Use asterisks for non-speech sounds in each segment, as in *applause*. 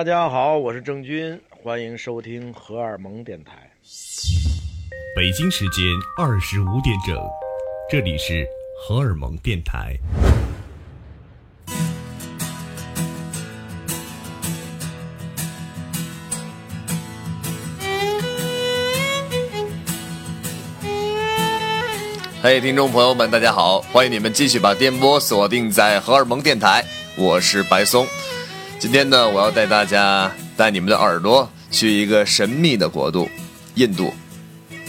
大家好，我是郑钧，欢迎收听荷尔蒙电台。北京时间二十五点整，这里是荷尔蒙电台。嘿、听众朋友们，大家好！欢迎你们继续把电波锁定在荷尔蒙电台，我是白松。今天呢，我要带大家带你们的耳朵去一个神秘的国度——印度，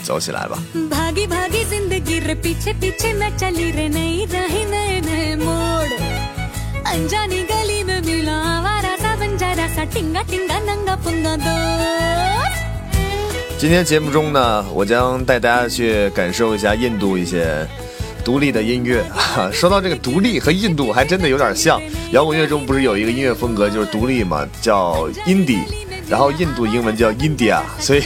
走起来吧！ भागी भागी जिंदगी रे पीछे पीछे मैं चली रे नई राही नए नए मोड़ अनजानी गली में मिला आवारा सा बंजारा सा टिंगा टिंगा नंगा पुंगा दोस्त 今天节目中呢，我将带大家去感受一下印度一些独立的音乐。 *laughs* 说到这个独立和印度还真的有点像，摇滚乐中不是有一个音乐风格就是独立嘛，叫 indie，然后印度英文叫 India，所以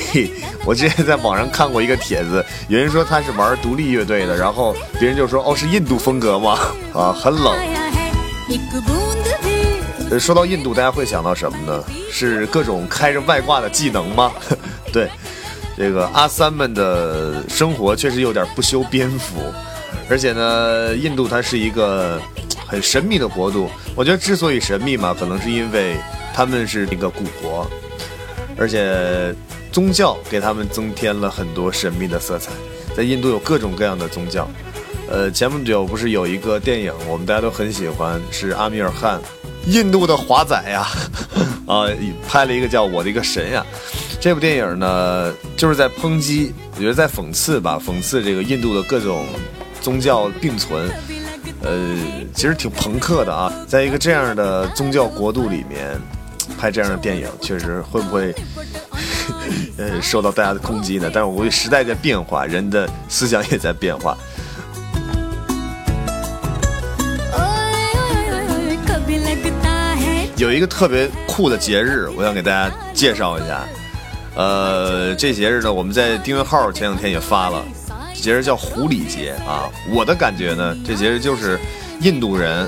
我之前在网上看过一个帖子，有人说他是玩独立乐队的，然后别人就说哦是印度风格吗？啊，很冷。 आया है एक बूंद भी 呃说到印度，大家会想到什么呢？是各种开着外挂的技能吗？ *laughs* 对，这个阿三们的生活确实有点不修边幅，而且呢，印度它是一个很神秘的国度。我觉得之所以神秘嘛，可能是因为他们是一个古国，而且宗教给他们增添了很多神秘的色彩。在印度有各种各样的宗教，呃，前不久不是有一个电影，我们大家都很喜欢，是阿米尔汗，印度的华仔呀， *laughs* 啊，拍了一个叫《我的一个神》呀。这部电影呢，就是在抨击，我觉得在讽刺吧，讽刺这个印度的各种宗教并存。 कभी लगता 呃，其实挺朋克的啊，在一个这样的宗教国度里面拍这样的电影，确实会不会呃受到大家的攻击呢？但是我估计时代在变化，人的思想也在变化。 ओए ओए ओए ओए कभी लगता है 有一个特别酷的节日，我想给大家介绍一下。呃，这节日呢，我们在订阅号前两天也发了，这节日叫狐狸节啊。我的感觉呢，这节日就是印度人，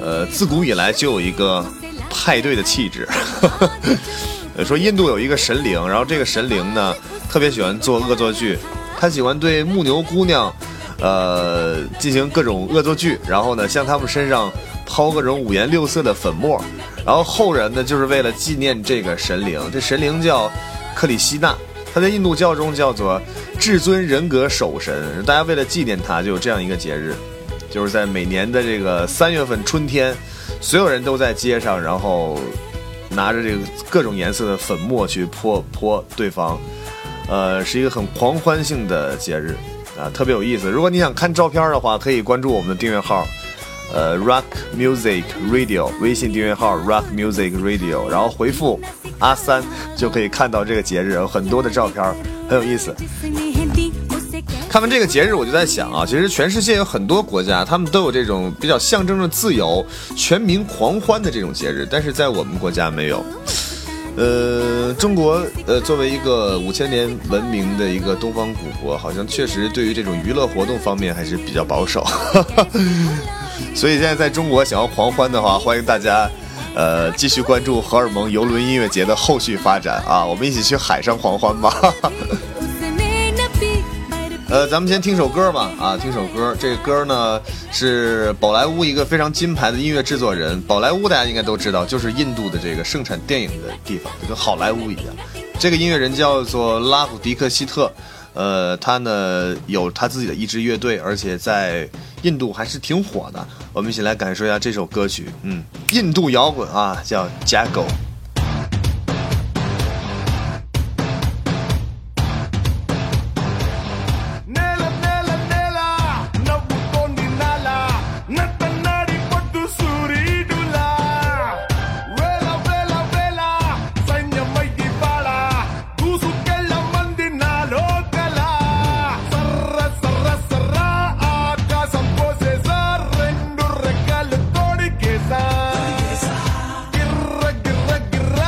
呃，自古以来就有一个派对的气质。 *laughs* 呃说印度有一个神灵，然后这个神灵呢，特别喜欢做恶作剧，他喜欢对牧牛姑娘，呃，进行各种恶作剧，然后呢，向他们身上抛各种五颜六色的粉末，然后后人呢，就是为了纪念这个神灵，这神灵叫克里希纳，他在印度教中叫做至尊人格守神，大家为了纪念他，就有这样一个节日。就是在每年的这个三月份春天，所有人都在街上，然后拿着这个各种颜色的粉末去泼泼对方，呃，是一个很狂欢性的节日啊，特别有意思。如果你想看照片的话，可以关注我们的订阅号。呃，Rock Music Radio 微信订阅号 Rock Music Radio，然后回复阿三就可以看到这个节日有很多的照片，很有意思。 जिसने है दी उसे कह 看完这个节日，我就在想啊，其实全世界有很多国家，他们都有这种比较象征着自由、全民狂欢的这种节日，但是在我们国家没有。呃，中国呃，作为一个五千年文明的一个东方古国，好像确实对于这种娱乐活动方面还是比较保守。 *laughs* 所以现在在中国想要狂欢的话，欢迎大家，呃，继续关注荷尔蒙游轮音乐节的后续发展啊！我们一起去海上狂欢吧。 उसने न पी पर 呃，咱们先听首歌吧，啊，听首歌。这个歌呢是宝莱坞一个非常金牌的音乐制作人。宝莱坞大家应该都知道，就是印度的这个盛产电影的地方，就跟好莱坞一样。这个音乐人叫做拉普迪克希特，呃，他呢有他自己的一支乐队，而且在印度还是挺火的。我们一起来感受一下这首歌曲，嗯，印度摇滚啊，叫《Jago》。 నేల నేల నేల నవ్వుతోంది నాల నట్ట నాడి పొద్దు సూరీడులా వేల వేల వేల సైన్యమైది బాళ దూసుకెళ్ళ మంది నాలో కల సర్ర సర్ర సర్ర ఆకాశం కోసేసా రెండు రెక్కలు తోడికేసా గిర్ర గిర్ర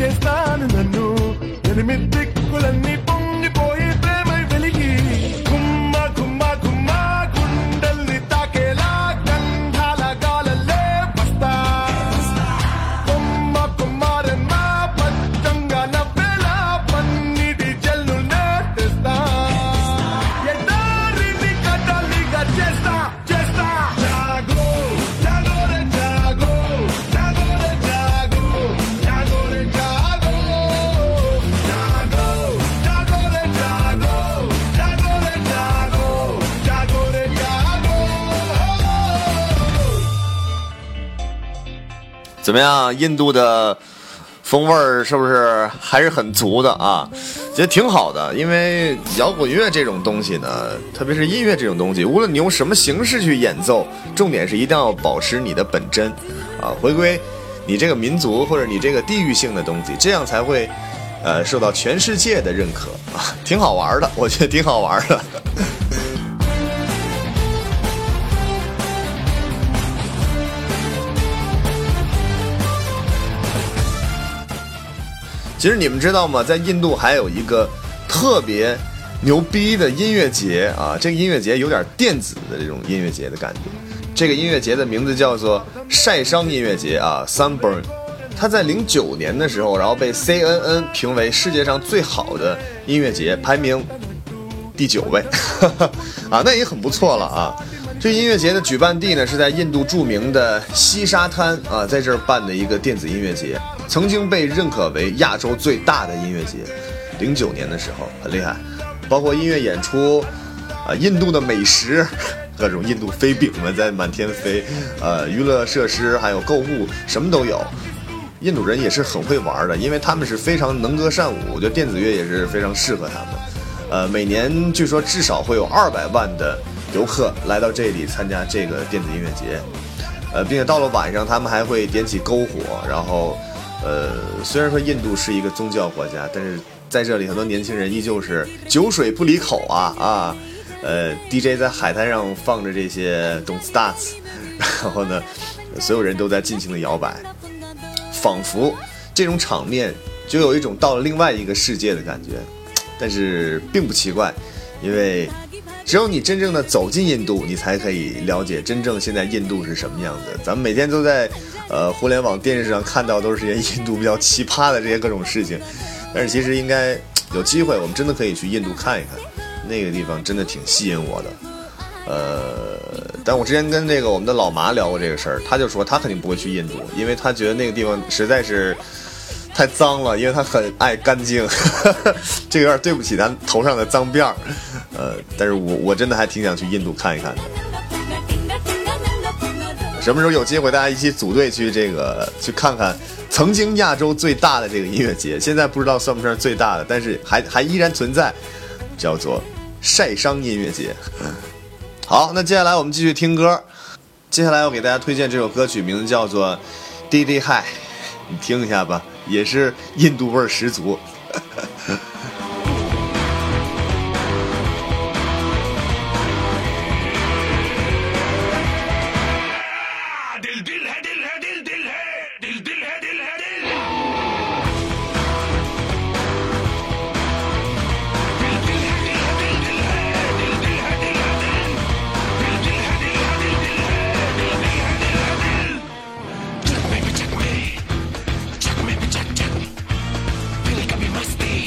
చేశాను నన్ను ఎనిమిది దిక్కులన్నీ పొంగిపోయి ప్రేమై వెలిగి గుమ్మ గుమ్మ గుమ్మ గుండెల్ని తాకేలా గంధాల గాలల్లే వస్తా కొమ్మ కుమారన్న పచ్చంగా నవ్వేలా పన్నిటి జల్లు నేస్తా ఎడారిని కదలిగా చేస్తా చేస్తా జాగో జాగో రే జాగో జాగో రే జాగో జాగో రే జాగో జాగో జాగో రే జాగో జాగో రే జాగో జాగో రే జాగో 怎么样？印度的风味儿是不是还是很足的啊？其实挺好的，因为摇滚乐这种东西呢，特别是音乐这种东西，无论你用什么形式去演奏，重点是一定要保持你的本真啊，回归你这个民族或者你这个地域性的东西，这样才会呃受到全世界的认可啊，挺好玩儿的，我觉得挺好玩儿的。其实你们知道吗？在印度还有一个特别牛逼的音乐节啊，这个音乐节有点电子的这种音乐节的感觉。这个音乐节的名字叫做晒伤音乐节啊，Sunburn。它在零九年的时候，然后被 CNN 评为世界上最好的音乐节，排名第九位， *laughs* 啊，那也很不错了啊。这音乐节的举办地呢是在印度著名的西沙滩啊，在这儿办的一个电子音乐节，曾经被认可为亚洲最大的音乐节。零九年的时候很厉害，包括音乐演出，啊，印度的美食， *laughs* 各种印度飞饼们在满天飞，呃，娱乐设施还有购物什么都有。印度人也是很会玩的，因为他们是非常能歌善舞，我觉得电子乐也是非常适合他们。呃，每年据说至少会有二百万的游客来到这里参加这个电子音乐节，呃，并且到了晚上，他们还会点起篝火，然后，呃，虽然说印度是一个宗教国家，但是在这里很多年轻人依旧是酒水不离口啊啊，呃，DJ 在海滩上放着这些 Don't Start，然后呢，所有人都在尽情的摇摆，仿佛这种场面就有一种到了另外一个世界的感觉，但是并不奇怪，因为只有你真正的走进印度，你才可以了解真正现在印度是什么样子。咱们每天都在呃互联网、电视上看到都是这些印度比较奇葩的这些各种事情，但是其实应该有机会，我们真的可以去印度看一看，那个地方真的挺吸引我的。呃，但我之前跟这个我们的老麻聊过这个事儿，他就说他肯定不会去印度，因为他觉得那个地方实在是太脏了，因为他很爱干净， *laughs* 这个有点对不起咱头上的脏辫儿。呃，但是我我真的还挺想去印度看一看的。什么时候有机会，大家一起组队去这个去看看曾经亚洲最大的这个音乐节，现在不知道算不算最大的，但是还 *laughs* 还依然存在，叫做晒伤音乐节。好，那接下来我们继续听歌。接下来我给大家推荐这首歌曲，名字叫做《滴滴嗨》，你听一下吧，也是印度味儿十足。 दिल दिल है दिल है दिल दिल है दिल दिल है दिल है दिल Check me, check me, check me, check, check. Feel it, got me rusty.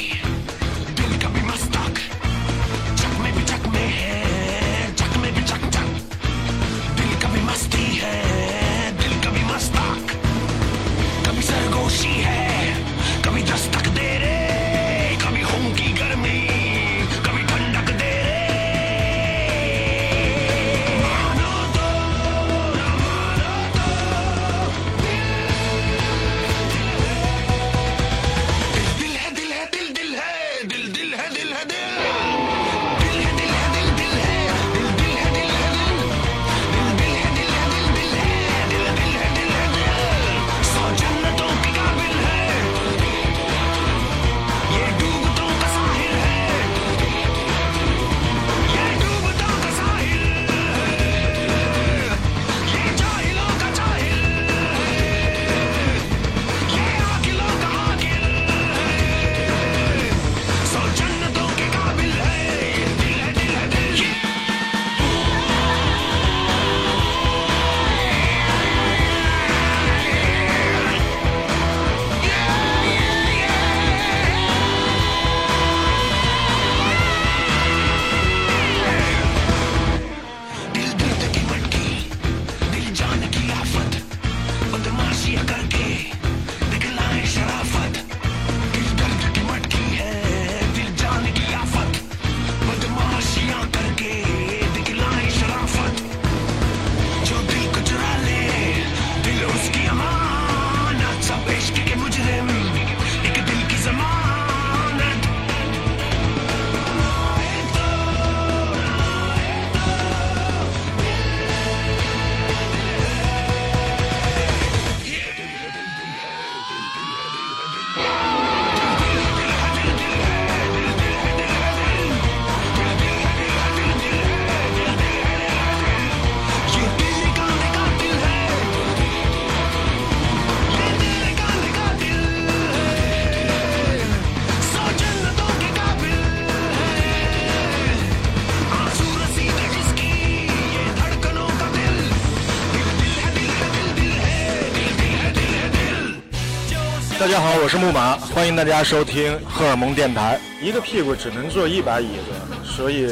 我是木马，欢迎大家收听荷尔蒙电台。一个屁股只能坐一把椅子，所以，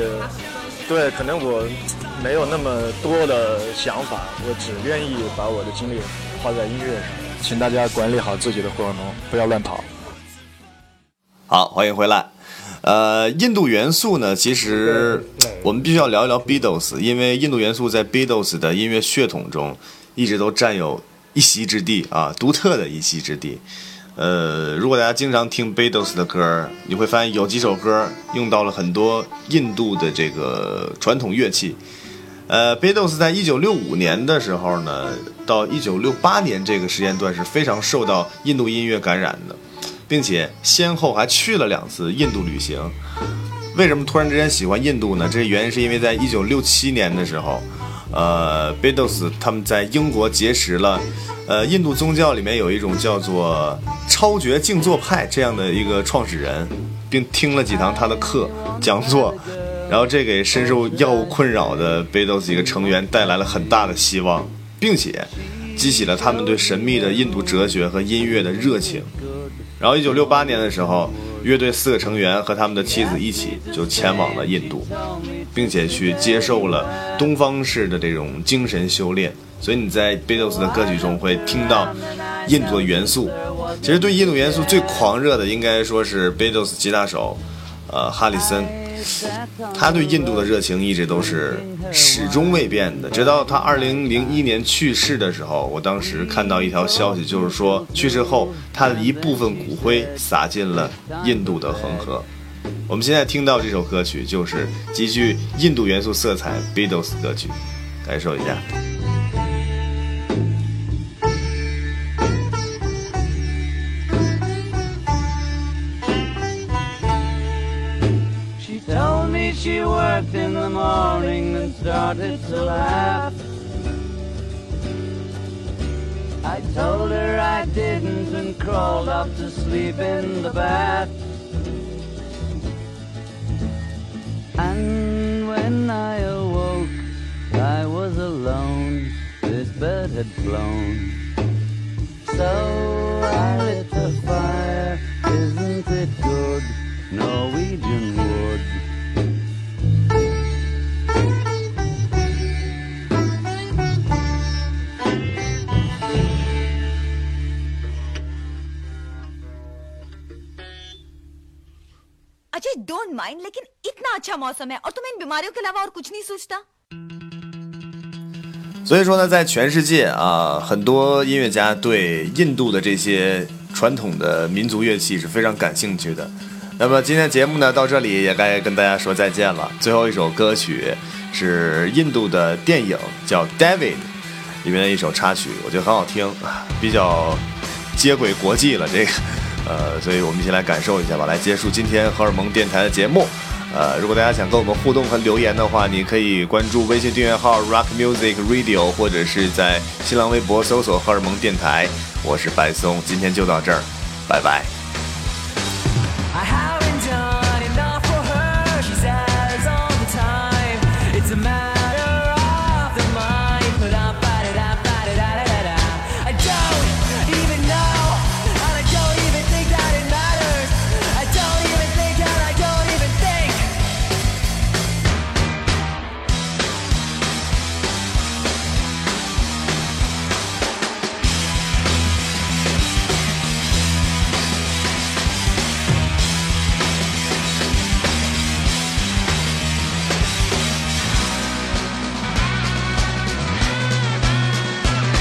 对，可能我没有那么多的想法，我只愿意把我的精力花在音乐上。请大家管理好自己的荷尔蒙，不要乱跑。好，欢迎回来。呃，印度元素呢，其实我们必须要聊一聊 Beatles，因为印度元素在 Beatles 的音乐血统中一直都占有一席之地啊，独特的一席之地。呃，如果大家经常听 Beatles 的歌，你会发现有几首歌用到了很多印度的这个传统乐器。呃，Beatles 在一九六五年的时候呢，到一九六八年这个时间段是非常受到印度音乐感染的。并且先后还去了两次印度旅行。为什么突然之间喜欢印度呢？这原因是因为在一九六七年的时候，呃，Beatles 他们在英国结识了，呃，印度宗教里面有一种叫做超觉静坐派这样的一个创始人，并听了几堂他的课讲座，然后这给深受药物困扰的 Beatles 一个成员带来了很大的希望，并且激起了他们对神秘的印度哲学和音乐的热情。然后，一九六八年的时候，乐队四个成员和他们的妻子一起就前往了印度，并且去接受了东方式的这种精神修炼。所以你在贝多斯的歌曲中会听到印度的元素。其实对印度元素最狂热的，应该说是贝多斯吉他手，呃，哈里森。他对印度的热情一直都是始终未变的，直到他二零零一年去世的时候，我当时看到一条消息，就是说去世后他的一部分骨灰撒进了印度的恒河。我们现在听到这首歌曲就是极具印度元素色彩 Beatles 歌曲，感受一下。 She told me she worked in the morning and started to laugh. I told her I didn't and crawled up to sleep in the bath. And when I awoke, I was alone. This bed had flown. So I lit the fire, isn't it good? Norwegian wood. Ajay don't mind लेकिन इतना अच्छा मौसम है और तुम्हें इन बीमारियों के अलावा और कुछ नहीं सोचता 所以说呢，在全世界啊，很多音乐家对印度的这些传统的民族乐器是非常感兴趣的。那么今天节目呢，到这里也该跟大家说再见了。最后一首歌曲是印度的电影叫《David》里面的一首插曲，我觉得很好听， *laughs* 比较接轨国际了这个。呃，所以我们一起来感受一下吧，来结束今天荷尔蒙电台的节目。呃，如果大家想跟我们互动和留言的话，你可以关注微信订阅号 Rock Music Radio，或者是在新浪微博搜索荷尔蒙电台。我是白松，今天就到这儿，拜拜。 I haven't done enough for her, she says all the time. It's a matter of the mind. Ba-da-ba-da-da-ba-da-da-da-da. I don't even know, and I don't even think that it matters. I don't even think, and I don't even think.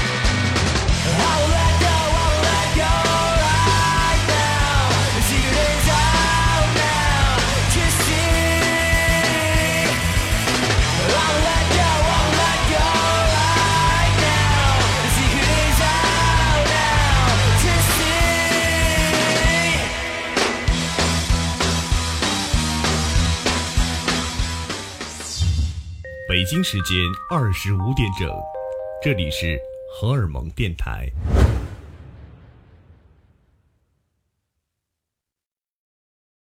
I will let go, I will let go right now. The secret is out now. Just see. I will let go, I will let go right now. The secret is out now. Just see. 《北京时间二十五点整，这里是荷尔蒙电台。